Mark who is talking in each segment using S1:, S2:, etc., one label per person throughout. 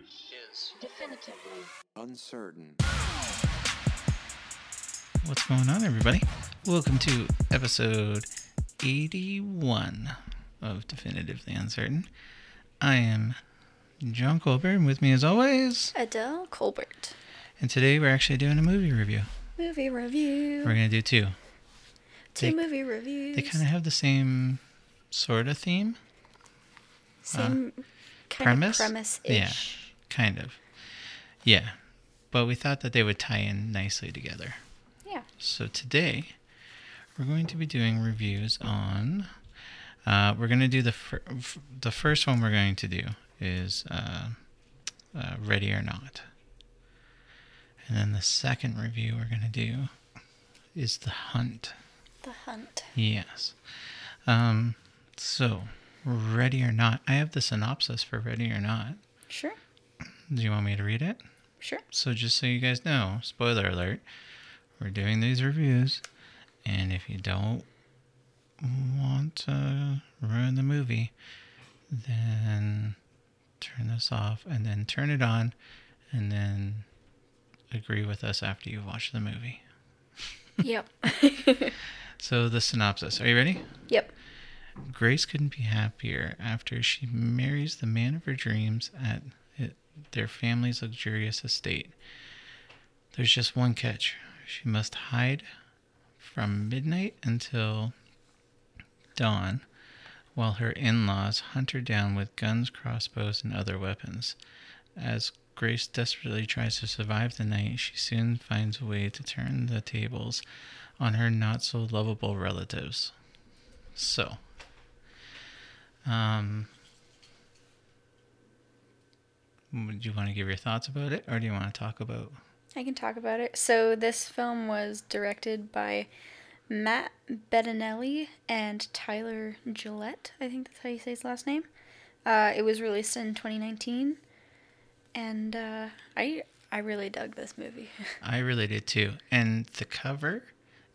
S1: Is.
S2: definitively.
S3: Uncertain.
S4: What's going on, everybody? Welcome to episode 81 of Definitively Uncertain. I am John Colbert, and with me, as always,
S2: Adele Colbert.
S4: and today we're actually doing a movie review.
S2: Movie review.
S4: We're going to do two.
S2: Two
S4: they-
S2: movie reviews.
S4: They kind of have the same sort of theme,
S2: Same kind
S4: uh, premise?
S2: of premise ish.
S4: kind of. Yeah. But we thought that they would tie in nicely together.
S2: Yeah.
S4: So today, we're going to be doing reviews on. Uh, we're going to do the fir- f- the first one we're going to do is uh, uh, Ready or Not, and then the second review we're going to do is The Hunt.
S2: The Hunt.
S4: Yes. Um, so Ready or Not, I have the synopsis for Ready or Not.
S2: Sure.
S4: Do you want me to read it?
S2: Sure.
S4: So just so you guys know, spoiler alert, we're doing these reviews, and if you don't want to ruin the movie, then turn this off and then turn it on and then agree with us after you've watched the movie.
S2: yep.
S4: So the synopsis. Are you ready?
S2: Yep.
S4: Grace couldn't be happier after she marries the man of her dreams at it- their family's luxurious estate. There's just one catch. She must hide from midnight until dawn while her in laws hunt her down with guns, crossbows, and other weapons. As Grace desperately tries to survive the night, she soon finds a way to turn the tables on her not so lovable relatives. So, um, would you want to give your thoughts about it, or do you want to talk about?
S2: I can talk about it. So this film was directed by Matt Bettinelli and Tyler Gillette. I think that's how you say his last name. Uh, it was released in 2019, and uh, I I really dug this movie.
S4: I really did too, and the cover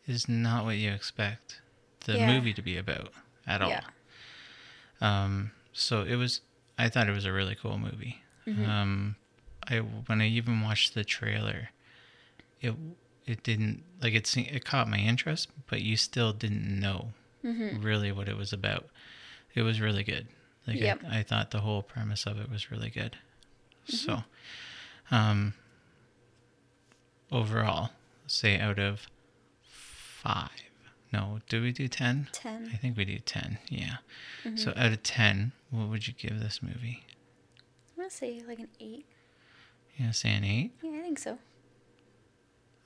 S4: is not what you expect the
S2: Yeah.
S4: movie to be about at all.
S2: Yeah.
S4: Um, so it was. I thought it was a really cool movie.
S2: Mm-hmm.
S4: Um, I when I even watched the trailer, it it didn't like it. se- It caught my interest, but you still didn't know really what it was about. It was really good. Like I-
S2: Yep.
S4: I, thought the whole premise of it was really good. So, um, overall, say out of five. No, do we do ten? I
S2: Ten.
S4: think we do 10, yeah. So out of 10, what would you give this movie?
S2: I'm gonna say like an eight.
S4: You gonna say an 8?
S2: Yeah, I think so.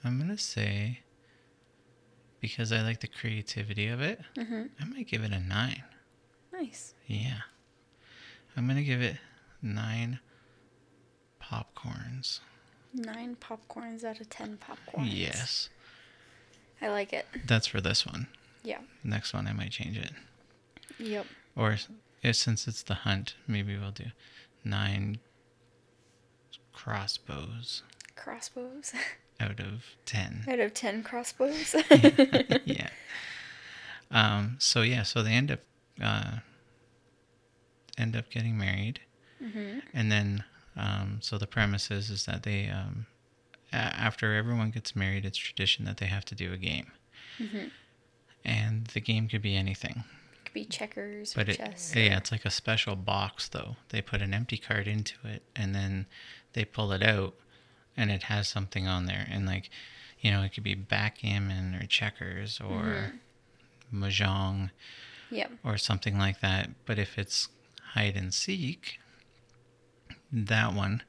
S4: I'm gonna say, because I like the creativity of it, I might give it a 9.
S2: Nice.
S4: Yeah. I'm gonna give it 9 popcorns.
S2: Nine popcorns out of ten popcorns.
S4: Yes.
S2: I like it.
S4: That's for this one.
S2: Yeah.
S4: Next one, I might change it.
S2: Yep.
S4: Or s- if, since it's the hunt, maybe we'll do 9 crossbows
S2: Crossbows.
S4: out of 10.
S2: out of ten crossbows.
S4: yeah. Um, so yeah, so they end up uh, end up getting married, and then um, so the premise is is that they um, a- after everyone gets married, it's tradition that they have to do a game, and the game could be anything.
S2: Could be checkers
S4: But
S2: or
S4: it,
S2: chess.
S4: yeah, it's like a special box though. They put an empty card into it, and then they pull it out, and it has something on there. And like, you know, it could be backgammon or checkers or mahjong
S2: Yep.
S4: or something like that. But if it's hide and seek, that one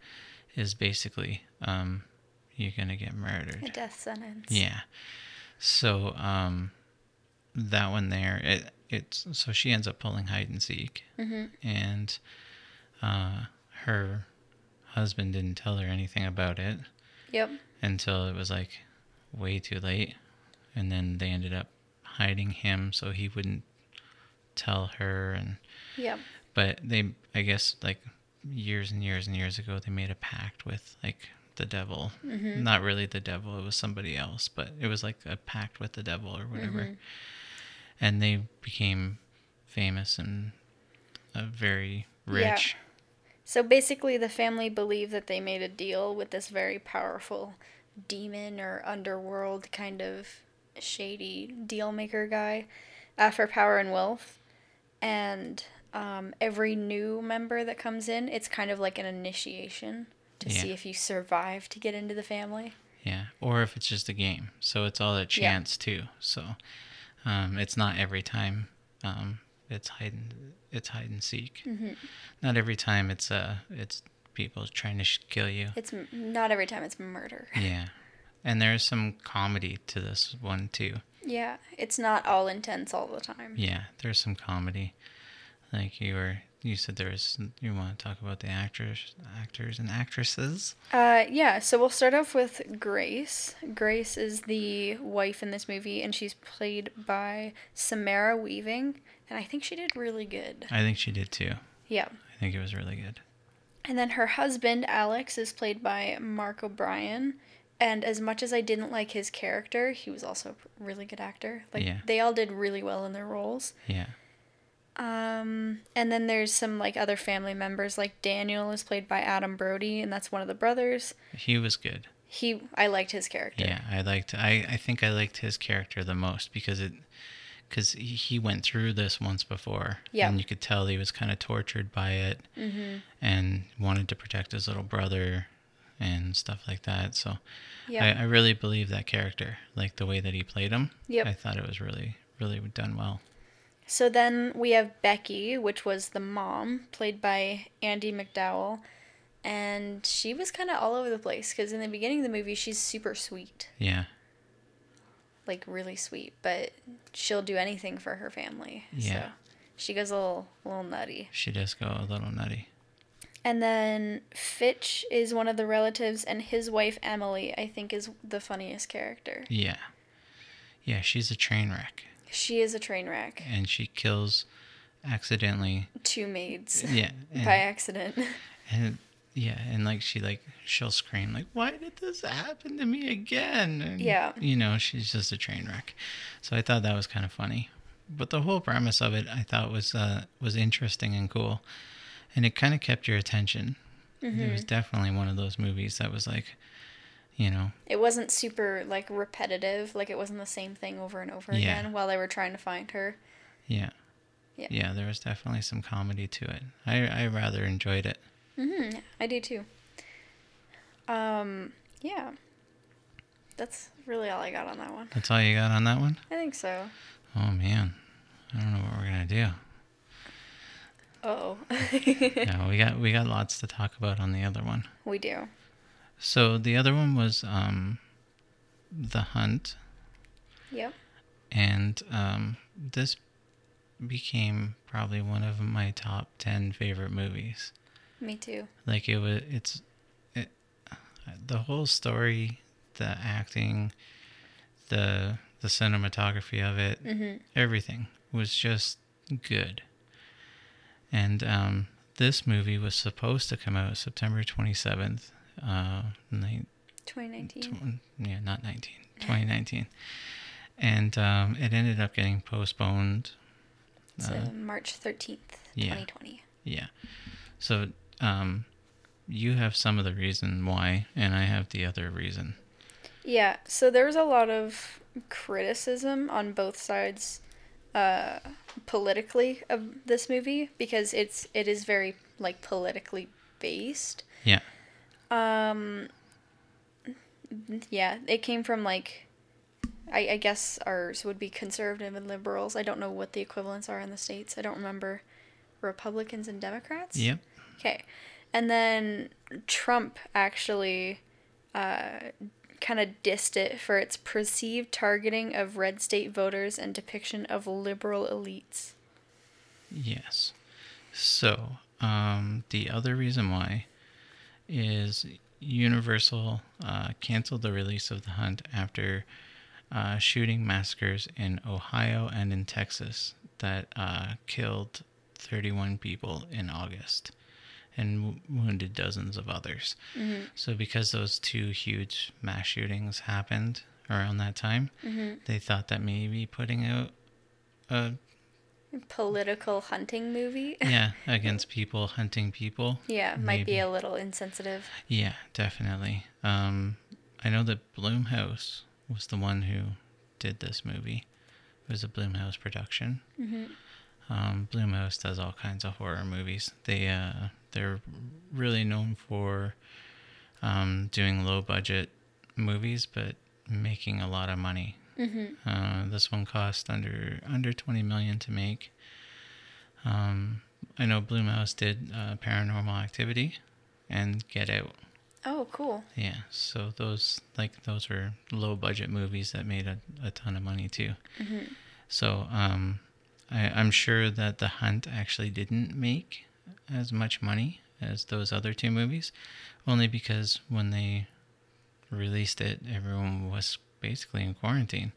S4: is basically um, you're gonna get murdered.
S2: A death sentence.
S4: Yeah. So um, that one there, it it's so she ends up pulling hide and seek, and uh, her husband didn't tell her anything about it
S2: Yep.
S4: until it was like way too late, and then they ended up hiding him so he wouldn't tell her and
S2: Yep.
S4: but they i guess like years and years and years ago they made a pact with like the devil not really the devil it was somebody else but it was like a pact with the devil or whatever and they became famous and uh, very
S2: Yeah.
S4: rich
S2: So basically, the family believe that they made a deal with this very powerful demon or underworld kind of shady deal maker guy uh, for power and wealth. And um, every new member that comes in, it's kind of like an initiation to
S4: Yeah.
S2: see if you survive to get into the family.
S4: Yeah, or if it's just a game. So it's all a chance too. So um, it's not every time. Um, it's hide and it's hide and seek. Not every time it's uh it's people trying to sh- kill you.
S2: It's m- not every time it's murder.
S4: Yeah, and there's some comedy to this one too.
S2: Yeah, it's not all intense all the time.
S4: Yeah, there's some comedy. Like you were you said there was you want to talk about the actors actors and actresses.
S2: Uh, yeah, so we'll start off with Grace. Grace is the wife in this movie, and she's played by Samara Weaving, and I think she did really good.
S4: I think she did too.
S2: Yeah.
S4: I think it was really good.
S2: And then her husband, Alex, is played by Mark O'Brien. And as much as I didn't like his character, he was also a really good actor. Like,
S4: Yeah.
S2: they all did really well in their roles.
S4: Yeah.
S2: Um, and then there's some, like, other family members. Like, Daniel is played by Adam Brody, and that's one of the brothers.
S4: He was good.
S2: He, I liked his character.
S4: Yeah, I liked. I I think I liked his character the most because it, because he went through this once before.
S2: Yeah.
S4: And you could tell he was kind of tortured by it, and wanted to protect his little brother, and stuff like that. So,
S2: Yeah.
S4: I, I really believe that character, like the way that he played him.
S2: Yep.
S4: I thought it was really really done well.
S2: So then we have Becky, which was the mom, played by Andy McDowell. And she was kind of all over the place because in the beginning of the movie, she's super sweet,
S4: Yeah.
S2: like really sweet, but she'll do anything for her family.
S4: Yeah.
S2: So she goes a little, little nutty.
S4: She does go a little nutty.
S2: And then Fitch is one of the relatives, and his wife, Emily, I think is the funniest character.
S4: Yeah. Yeah, she's a train wreck,
S2: She is a train wreck.
S4: and she kills, accidentally.
S2: Two maids
S4: Yeah. and-
S2: by accident.
S4: And yeah, and like she like she'll scream like, "Why did this happen to me again?" And,
S2: Yeah.
S4: you know, she's just a train wreck. So I thought that was kind of funny, but the whole premise of it I thought was uh, was interesting and cool, and it kind of kept your attention. It
S2: Mm-hmm.
S4: was definitely one of those movies that was like, you know,
S2: it wasn't super like repetitive like it wasn't the same thing over and over
S4: Yeah.
S2: again while they were trying to find her
S4: yeah.
S2: Yeah.
S4: yeah, there was definitely some comedy to it. I I rather enjoyed it.
S2: i do too um yeah that's really all i got on that one
S4: That's all you got on that one?
S2: i think so
S4: Oh man, I don't know what we're gonna do.
S2: oh
S4: no, we got we got lots to talk about on the other one.
S2: we do
S4: So the other one was um, the hunt,
S2: yep
S4: and um, this became probably one of my top ten favorite movies.
S2: me too
S4: Like it was, it's it, the whole story, the acting, the the cinematography of it, everything was just good. And um, this movie was supposed to come out September twenty seventh, uh, nine-
S2: 2019
S4: tw- yeah, not 19, 2019. and um, it ended up getting postponed.
S2: so march 13th
S4: uh, yeah.
S2: 2020
S4: Yeah. So um, you have some of the reason why, and I have the other reason.
S2: Yeah, so there was a lot of criticism on both sides uh, politically of this movie because it's it is very like politically based.
S4: Yeah.
S2: Yeah, it came from like I, I guess ours would be conservative and liberals. I don't know what the equivalents are in the states. I don't remember Republicans and Democrats.
S4: Yep.
S2: Okay. And then Trump actually uh, kind of dissed it for its perceived targeting of red state voters and depiction of liberal elites.
S4: Yes. So um, the other reason why is Universal uh, canceled the release of The Hunt after uh, shooting massacres in Ohio and in Texas that uh, killed 31 people in August and w- wounded dozens of others. So, because those two huge mass shootings happened around that time, they thought that maybe putting out a
S2: political hunting movie.
S4: Yeah, against people hunting people.
S2: yeah, might be
S4: Maybe.
S2: a little insensitive.
S4: Yeah, definitely. Um, I know that Bloomhouse was the one who did this movie. It was a Bloomhouse production. Mm-hmm. Um, Bloomhouse does all kinds of horror movies. They uh, they're really known for um, doing low budget movies, but making a lot of money. Mm-hmm. Uh, this one cost under under twenty million to make. Um, I know Bloomhouse did uh, Paranormal Activity and Get Out.
S2: Oh, cool.
S4: Yeah, so those like those were low budget movies that made a, a ton of money too. So um, I, I'm sure that The Hunt actually didn't make as much money as those other two movies, only because when they released it, everyone was basically in quarantine.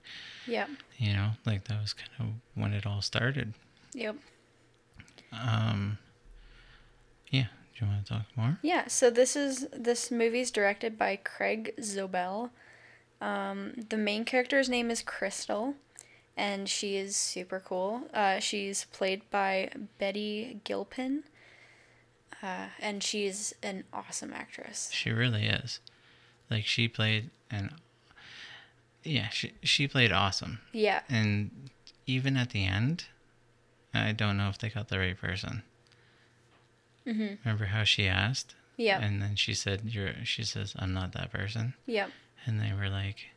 S2: Yep.
S4: You know, like that was kind of when it all started.
S2: Yep.
S4: Um, yeah, do you want to talk more?
S2: Yeah, so this is this movie's directed by Craig Zobel. Um, the main character's name is Crystal, and she is super cool. Uh, she's played by Betty Gilpin, uh, and she's an awesome actress.
S4: She really is. Like she played an yeah, she she played awesome.
S2: Yeah,
S4: And even at the end, I don't know if they got the right person. Mm-hmm. Remember how she asked?
S2: yeah,
S4: And then she said, "You're." She says, "I'm not that person."
S2: yeah,
S4: And they were like,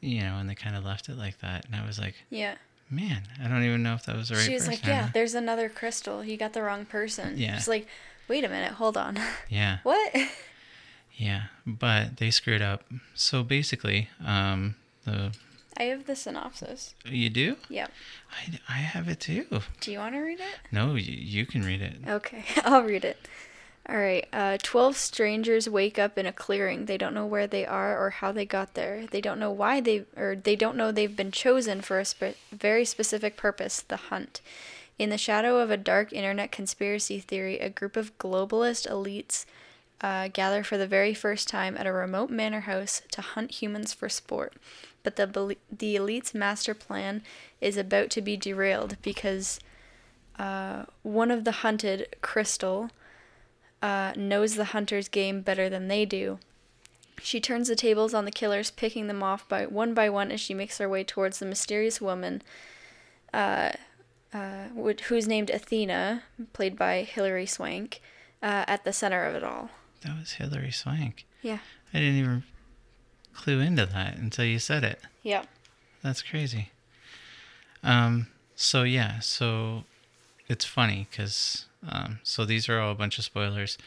S4: you know, and they kind of left it like that. And I was like,
S2: yeah.
S4: man, I don't even know if that was the right
S2: She was
S4: person.
S2: like, "Yeah, there's another Crystal. You got the wrong person."
S4: Yeah.
S2: She's like, "Wait a minute, hold on.
S4: Yeah.
S2: what?"
S4: Yeah. But they screwed up. So basically, um, the
S2: I have the synopsis.
S4: you do.
S2: Yep.
S4: I, I have it too.
S2: Do you want to read it?
S4: No, you, you can read it.
S2: Okay, I'll read it. All right. Uh, Twelve strangers wake up in a clearing. They don't know where they are or how they got there. They don't know why they or they don't know they've been chosen for a spe- very specific purpose: the hunt. In the shadow of a dark internet conspiracy theory, a group of globalist elites uh, gather for the very first time at a remote manor house to hunt humans for sport. But the bel- the elite's master plan is about to be derailed because uh, one of the hunted, Crystal, uh, knows the hunter's game better than they do. She turns the tables on the killers, picking them off by one by one as she makes her way towards the mysterious woman, uh, uh, wh- who's named Athena, played by Hilary Swank, uh, at the center of it all.
S4: That was Hillary Swank.
S2: Yeah.
S4: I didn't even clue into that until you said it.
S2: Yeah.
S4: That's crazy. Um, so yeah, so it's funny because um, so these are all a bunch of spoilers.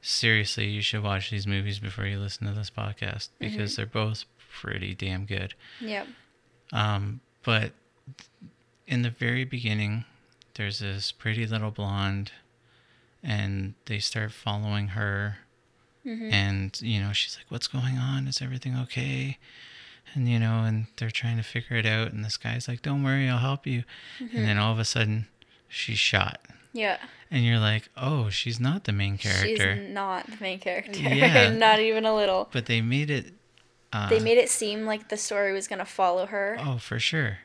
S4: Seriously, you should watch these movies before you listen to this podcast because they're both pretty damn good.
S2: Yeah.
S4: Um, but in the very beginning, there's this pretty little blonde, and they start following her.
S2: Mm-hmm.
S4: And, you know, she's like, What's going on? Is everything okay? And, you know, and they're trying to figure it out. And this guy's like, Don't worry, I'll help you.
S2: Mm-hmm.
S4: And then all of a sudden, she's shot.
S2: Yeah.
S4: And you're like, Oh, she's not the main character.
S2: She's not the main character.
S4: Yeah.
S2: not even a little.
S4: but they made it uh,
S2: They made it seem like the story was going to follow her.
S4: Oh, for sure.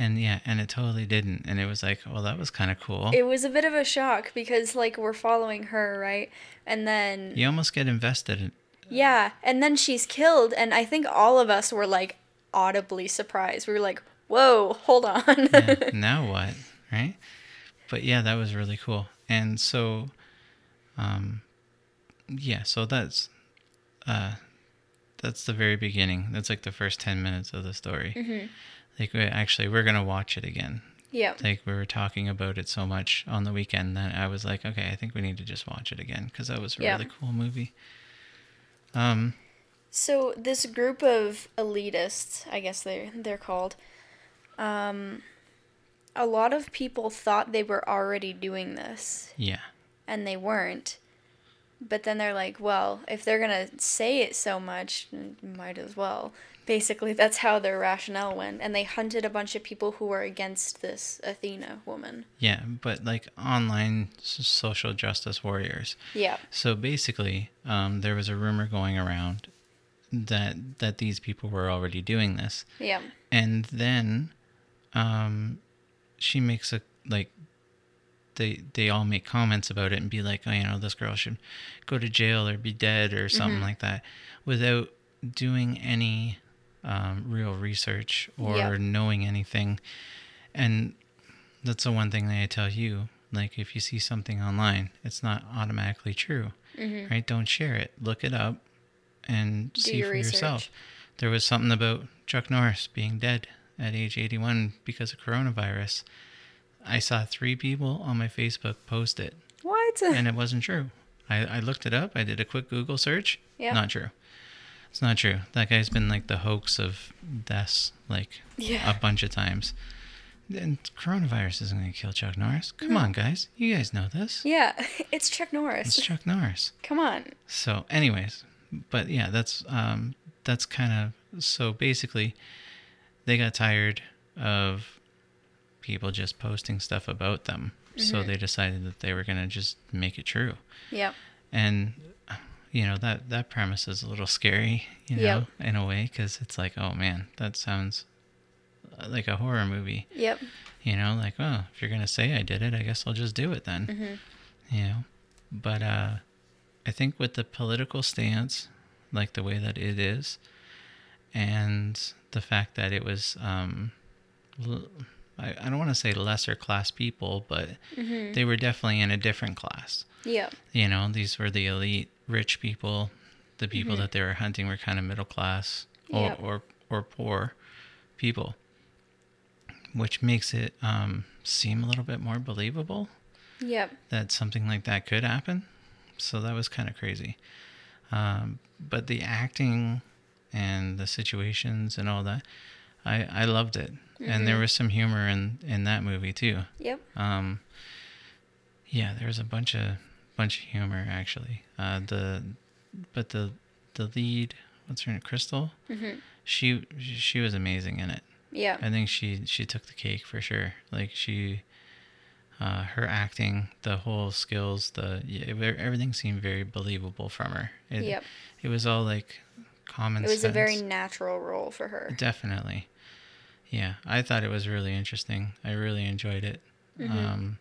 S4: And yeah, and it totally didn't. And it was like, well, that was kind of cool.
S2: it was a bit of a shock because like we're following her right and then yeah.
S4: you almost get invested in
S2: and then she's killed and i think all of us were like audibly surprised we were like whoa hold on
S4: yeah, now what right but yeah that was really cool and so um yeah so that's uh that's the very beginning that's like the first 10 minutes of the story like we actually we're gonna watch it again
S2: yeah
S4: like we were talking about it so much on the weekend that I was like, okay, I think we need to just watch it again because that was a
S2: Yeah.
S4: really cool movie. Um,
S2: So this group of elitists, I guess they they're called, um, a lot of people thought they were already doing this
S4: yeah,
S2: and they weren't. But then they're like, well, if they're gonna say it so much, m- might as well. Basically, that's how their rationale went, and they hunted a bunch of people who were against this Athena woman.
S4: yeah, but like online s- social justice warriors.
S2: Yeah.
S4: So basically, um, there was a rumor going around that that these people were already doing this,
S2: Yeah.
S4: and then um, she makes a like they they all make comments about it and be like, oh, you know, this girl should go to jail or be dead or something like that, without doing any um, real research or
S2: Yeah.
S4: knowing anything. And that's the one thing that I tell you. Like, if you see something online, it's not automatically true, right? Don't share it. Look it up and see
S2: Mm-hmm. your
S4: for yourself.
S2: research.
S4: There was something about Chuck Norris being dead at age 81 because of coronavirus. I saw three people on my Facebook post it,
S2: What?
S4: and it wasn't true. I, I looked it up. I did a quick Google search.
S2: Yeah.
S4: Not true. It's not true. That guy's been like the hoax of deaths, like
S2: Yeah.
S4: a bunch of times. And coronavirus isn't going to kill Chuck Norris. Come on, guys. You guys know this.
S2: yeah, it's Chuck Norris.
S4: It's Chuck Norris.
S2: Come on.
S4: So, anyways, but yeah, that's um, that's kind of so basically, they got tired of people just posting stuff about them, so
S2: Mm-hmm.
S4: they decided that they were gonna just make it true,
S2: Yep.
S4: and you know that that premise is a little scary, you know,
S2: Yep.
S4: in a way, because it's like, oh man, that sounds uh, like a horror movie,
S2: Yep.
S4: you know, like, oh, if you're gonna say I did it, I guess I'll just do it then. You know, but uh, I think with the political stance, like the way that it is, and the fact that it was, um, l- I, I don't want to say lesser class people, but they were definitely in a different class.
S2: Yep.
S4: You know, these were the elite, rich people. The people that they were hunting were kind of middle class or
S2: Yep.
S4: or, or poor people, which makes it um, seem a little bit more believable
S2: Yep.
S4: that something like that could happen. So that was kind of crazy. Um, but the acting and the situations and all that, I, I loved it. And there was some humor in, in that movie too.
S2: Yep.
S4: Um, yeah, there was a bunch of bunch of humor actually. Uh, the but the the lead, what's her name, Crystal? Mm-hmm. She she was amazing in it.
S2: Yep.
S4: I think she she took the cake for sure. Like she, uh, her acting, the whole skills, the yeah, ev- everything seemed very believable from her. It,
S2: Yep.
S4: It was all like common.
S2: It was a very
S4: sense.
S2: natural role for her.
S4: Definitely. Yeah, I thought it was really interesting. I really enjoyed it. Um,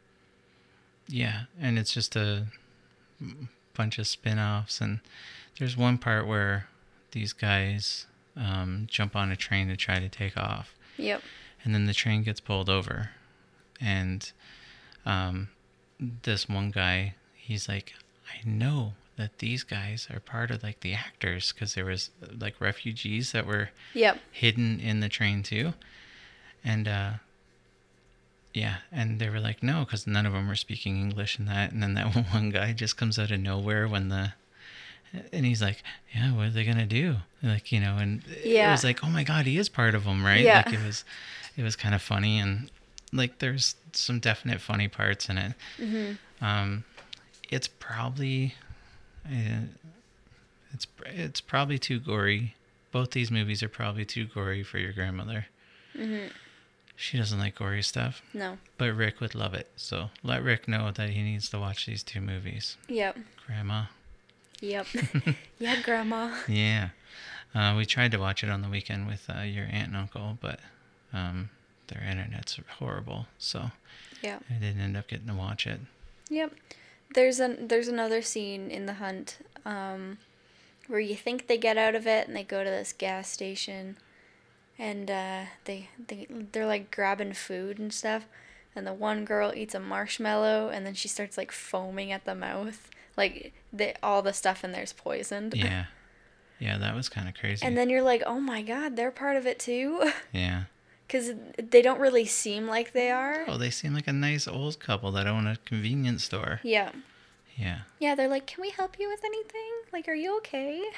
S4: yeah, and it's just a bunch of spin offs. And there's one part where these guys um, jump on a train to try to take off,
S2: Yep.
S4: and then the train gets pulled over. And um, this one guy, he's like, I know that these guys are part of like the actors because there was like refugees that were
S2: Yep.
S4: hidden in the train too. And uh yeah, and they were like no cuz none of them were speaking English and that and then that one guy just comes out of nowhere when the and he's like, "Yeah, what are they going to do?" Like, you know, and it
S2: Yeah.
S4: was like, "Oh my god, he is part of them, right?"
S2: Yeah.
S4: Like it was it was kind of funny and like there's some definite funny parts in it. Um it's probably uh, it's pr- it's probably too gory. Both these movies are probably too gory for your grandmother. She doesn't like gory stuff,
S2: No.
S4: but Rick would love it. So let Rick know that he needs to watch these two movies,
S2: Yep.
S4: Grandma.
S2: Yep. yeah, Grandma.
S4: Yeah, uh, we tried to watch it on the weekend with uh, your aunt and uncle, but um, their internet's horrible, so
S2: Yep.
S4: I didn't end up getting to watch it.
S2: Yep. There's an there's another scene in the hunt, um, where you think they get out of it and they go to this gas station, and uh, they they they're like grabbing food and stuff, and the one girl eats a marshmallow and then she starts like foaming at the mouth, like the all the stuff in there's poisoned.
S4: Yeah, yeah, that was kind of crazy.
S2: And then you're like, oh my god, they're part of it too,
S4: yeah.
S2: because they don't really seem like they are.
S4: Oh, they seem like a nice old couple that own a convenience store.
S2: Yeah.
S4: Yeah.
S2: Yeah, they're like, "Can we help you with anything? Like, are you okay?"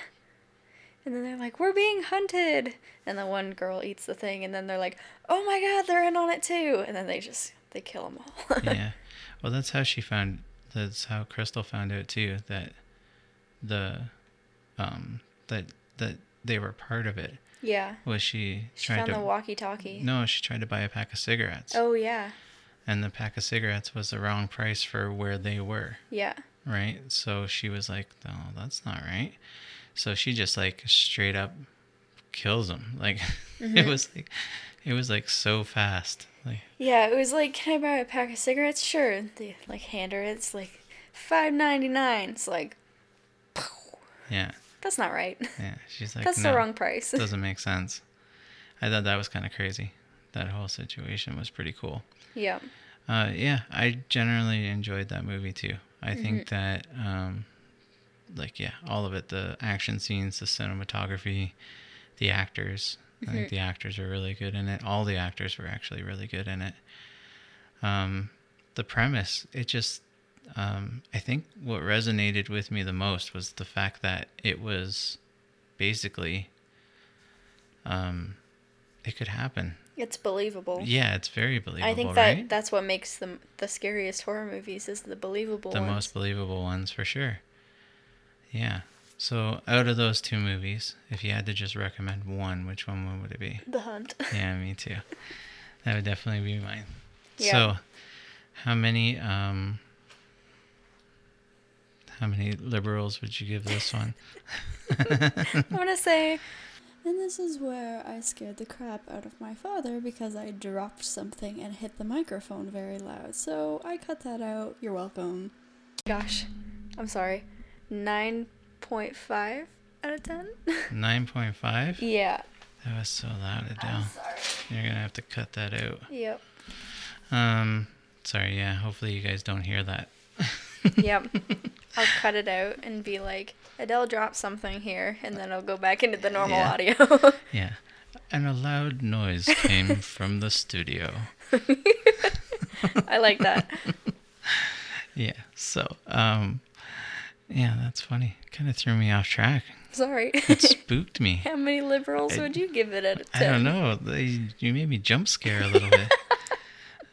S2: And then they're like, "We're being hunted." And the one girl eats the thing, and then they're like, "Oh my god, they're in on it too!" And then they just they kill them all.
S4: yeah. Well, that's how she found. That's how Crystal found out too that the um that that they were part of it.
S2: yeah.
S4: Was she,
S2: She
S4: tried
S2: found
S4: to?
S2: the walkie-talkie.
S4: no, she tried to buy a pack of cigarettes,
S2: Oh yeah,
S4: and the pack of cigarettes was the wrong price for where they were.
S2: yeah,
S4: Right. So she was like, "No, that's not right." So she just like
S2: Mm-hmm.
S4: straight up kills him. Like it was like it was like so fast. Like,
S2: Yeah, it was like, can I buy a pack of cigarettes? Sure. And they like hand her it. It's like five ninety nine. It's like,
S4: yeah,
S2: that's not right.
S4: yeah. She's like,
S2: That's
S4: no,
S2: the wrong price.
S4: doesn't make sense. I thought that was kind of crazy. That whole situation was pretty cool.
S2: yeah.
S4: Uh, yeah, I generally enjoyed that movie too. I
S2: Mm-hmm.
S4: think that, um, like, yeah, all of it the action scenes, the cinematography, the actors. I
S2: Mm-hmm.
S4: think the actors are really good in it. All the actors were actually really good in it. Um, the premise, it just, um, I think what resonated with me the most was the fact that it was basically, um, it could happen.
S2: It's believable.
S4: Yeah, it's very believable.
S2: I think that
S4: right?
S2: that's what makes the the scariest horror movies is the believable
S4: the
S2: ones.
S4: most believable ones for sure. Yeah. So out of those two movies, if you had to just recommend one, which one would it be?
S2: the Hunt.
S4: Yeah, me too. That would definitely be mine.
S2: Yeah.
S4: So how many um how many liberals would you give this one?
S2: I want to say
S1: And this is where I scared the crap out of my father because I dropped something and hit the microphone very loud. So I cut that out. You're welcome.
S2: gosh. I'm sorry. 9.5 out of 10?
S4: 9.5?
S2: yeah.
S4: That was so loud, Adele. You're going to have to cut that out.
S2: Yep.
S4: Um sorry, yeah. Hopefully you guys don't hear that.
S2: Yep. I'll cut it out and be like, Adele dropped something here, and then I'll go back into the normal
S4: Yeah.
S2: audio.
S4: Yeah. And a loud noise came from the studio.
S2: I like that.
S4: Yeah. So, um, yeah, that's funny. Kind of threw me off track.
S2: Sorry.
S4: It spooked me.
S2: How many liberals would you give it out of
S4: I
S2: 10?
S4: don't know. They, you made me jump scare a little bit.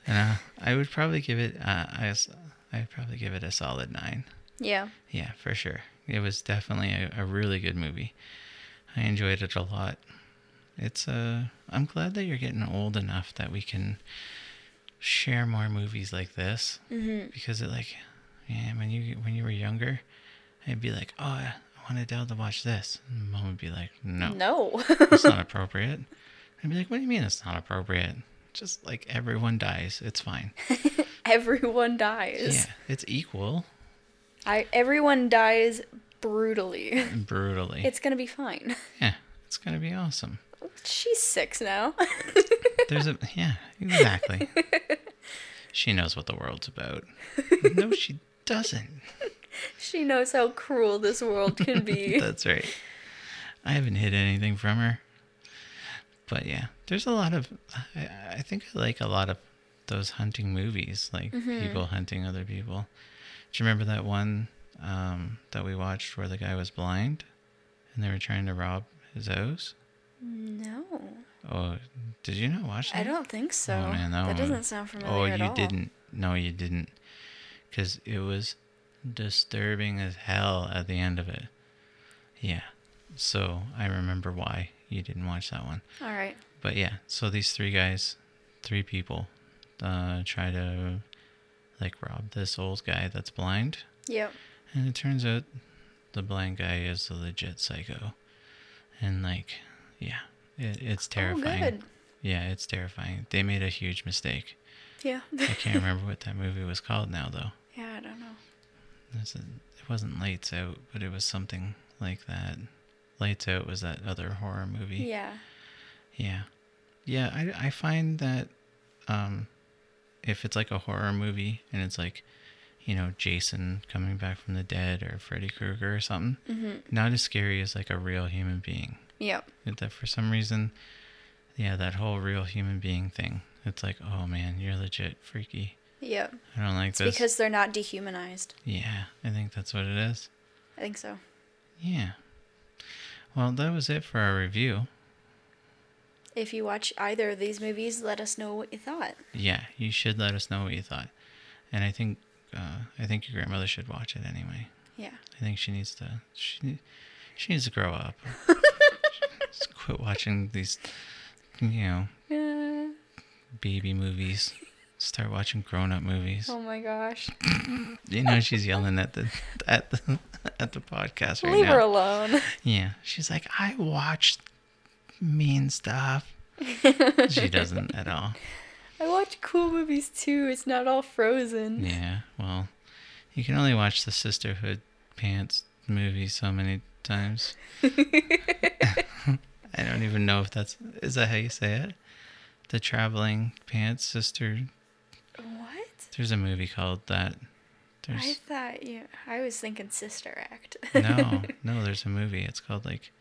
S4: Uh, I would probably give it. Uh, I, s- I'd probably give it a solid nine.
S2: Yeah.
S4: Yeah, for sure. It was definitely a, a really good movie. I enjoyed it a lot. It's uh I'm glad that you're getting old enough that we can share more movies like this mm-hmm. because it like yeah when you when you were younger I'd be like oh I want Adele to watch this and mom would be like no
S2: No.
S4: it's not appropriate I'd be like what do you mean it's not appropriate just like everyone dies it's fine
S2: Everyone dies.
S4: yeah it's equal
S2: I everyone dies brutally.
S4: and brutally
S2: It's gonna be fine.
S4: yeah it's gonna be awesome.
S2: She's six now.
S4: There's a yeah, exactly. she knows what the world's about. No, she doesn't.
S2: she knows how cruel this world can be.
S4: That's right. I haven't hid anything from her. But yeah, there's a lot of I, I think I like a lot of those hunting movies, like people hunting other people. Do you remember that one um, that we watched where the guy was blind and they were trying to rob his house?
S2: no,
S4: Oh, did you not watch that?
S2: I don't think so.
S4: Oh man, that, one was-
S2: doesn't sound familiar
S4: Oh,
S2: at
S4: you
S2: all.
S4: didn't. No, you didn't. Because it was disturbing as hell at the end of it. Yeah. So I remember why you didn't watch that one.
S2: All right.
S4: But yeah, so these three guys, three people, uh, try to like rob this old guy that's blind.
S2: Yep. Oh,
S4: And it turns out the blind guy is a legit psycho. And like, yeah, it, it's terrifying.
S2: Oh, good.
S4: Yeah, it's terrifying. They made a huge mistake.
S2: Yeah.
S4: I can't remember what that movie was called now, though.
S2: yeah, I don't know.
S4: It's a- it wasn't Lights Out, but it was something like that. Lights Out was that other horror movie.
S2: Yeah.
S4: Yeah. Yeah, I, I find that um, if it's like a horror movie and it's like, you know, Jason coming back from the dead or Freddy Krueger or something,
S2: Mm-hmm.
S4: not as scary as like a real human being.
S2: Yep.
S4: It- That for some reason, yeah, that whole real human being thing. It's like, oh man, you're legit freaky.
S2: Yep.
S4: I don't like
S2: It's
S4: this.
S2: because they're not dehumanized.
S4: Yeah, I think that's what it is.
S2: I think so.
S4: Yeah. Well, that was it for our review.
S2: If you watch either of these movies, let us know what you thought.
S4: Yeah, you should let us know what you thought, and I think uh, I think your grandmother should watch it anyway.
S2: Yeah.
S4: I think she needs to she she needs to grow up. Just quit watching these, you know,
S2: Yeah.
S4: baby movies. Start watching grown-up movies.
S2: Oh my gosh.
S4: You know she's yelling at the at the at the podcast right
S2: Leave
S4: now.
S2: her alone.
S4: Yeah. She's like, I watched mean stuff. she doesn't at all.
S2: I watch cool movies too. It's not all frozen.
S4: Yeah, well, you can only watch the Sisterhood Pants movie so many times. I don't even know if that's is that how you say it? The traveling pants sister.
S2: What?
S4: There's a movie called that.
S2: I
S4: There's
S2: thought you. I was thinking Sister Act.
S4: no, no. There's a movie. It's called like.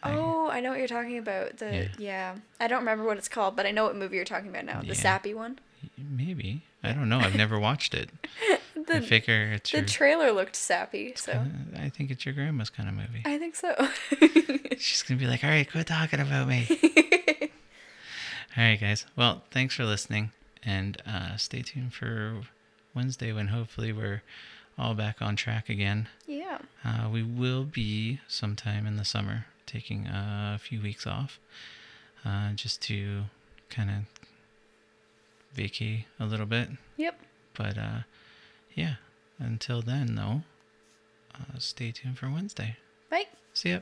S4: I-
S2: oh, I know what you're talking about. The yeah.
S4: Yeah.
S2: I don't remember what it's called, but I know what movie you're talking about now. The
S4: Yeah.
S2: sappy one.
S4: maybe I don't know. I've never watched it. I
S2: The
S4: figure it's
S2: the
S4: your.
S2: trailer looked sappy, so
S4: uh, I think it's your grandma's kind of movie.
S2: I think so.
S4: She's gonna be like, "All right, quit talking about me." All right, guys. Well, thanks for listening, and uh, stay tuned for Wednesday when hopefully we're all back on track again.
S2: yeah.
S4: Uh, we will be sometime in the summer taking a few weeks off uh, just to kind of vacay a little bit.
S2: Yep.
S4: But uh, yeah, until then, though, uh, stay tuned for Wednesday.
S2: Bye.
S4: See ya.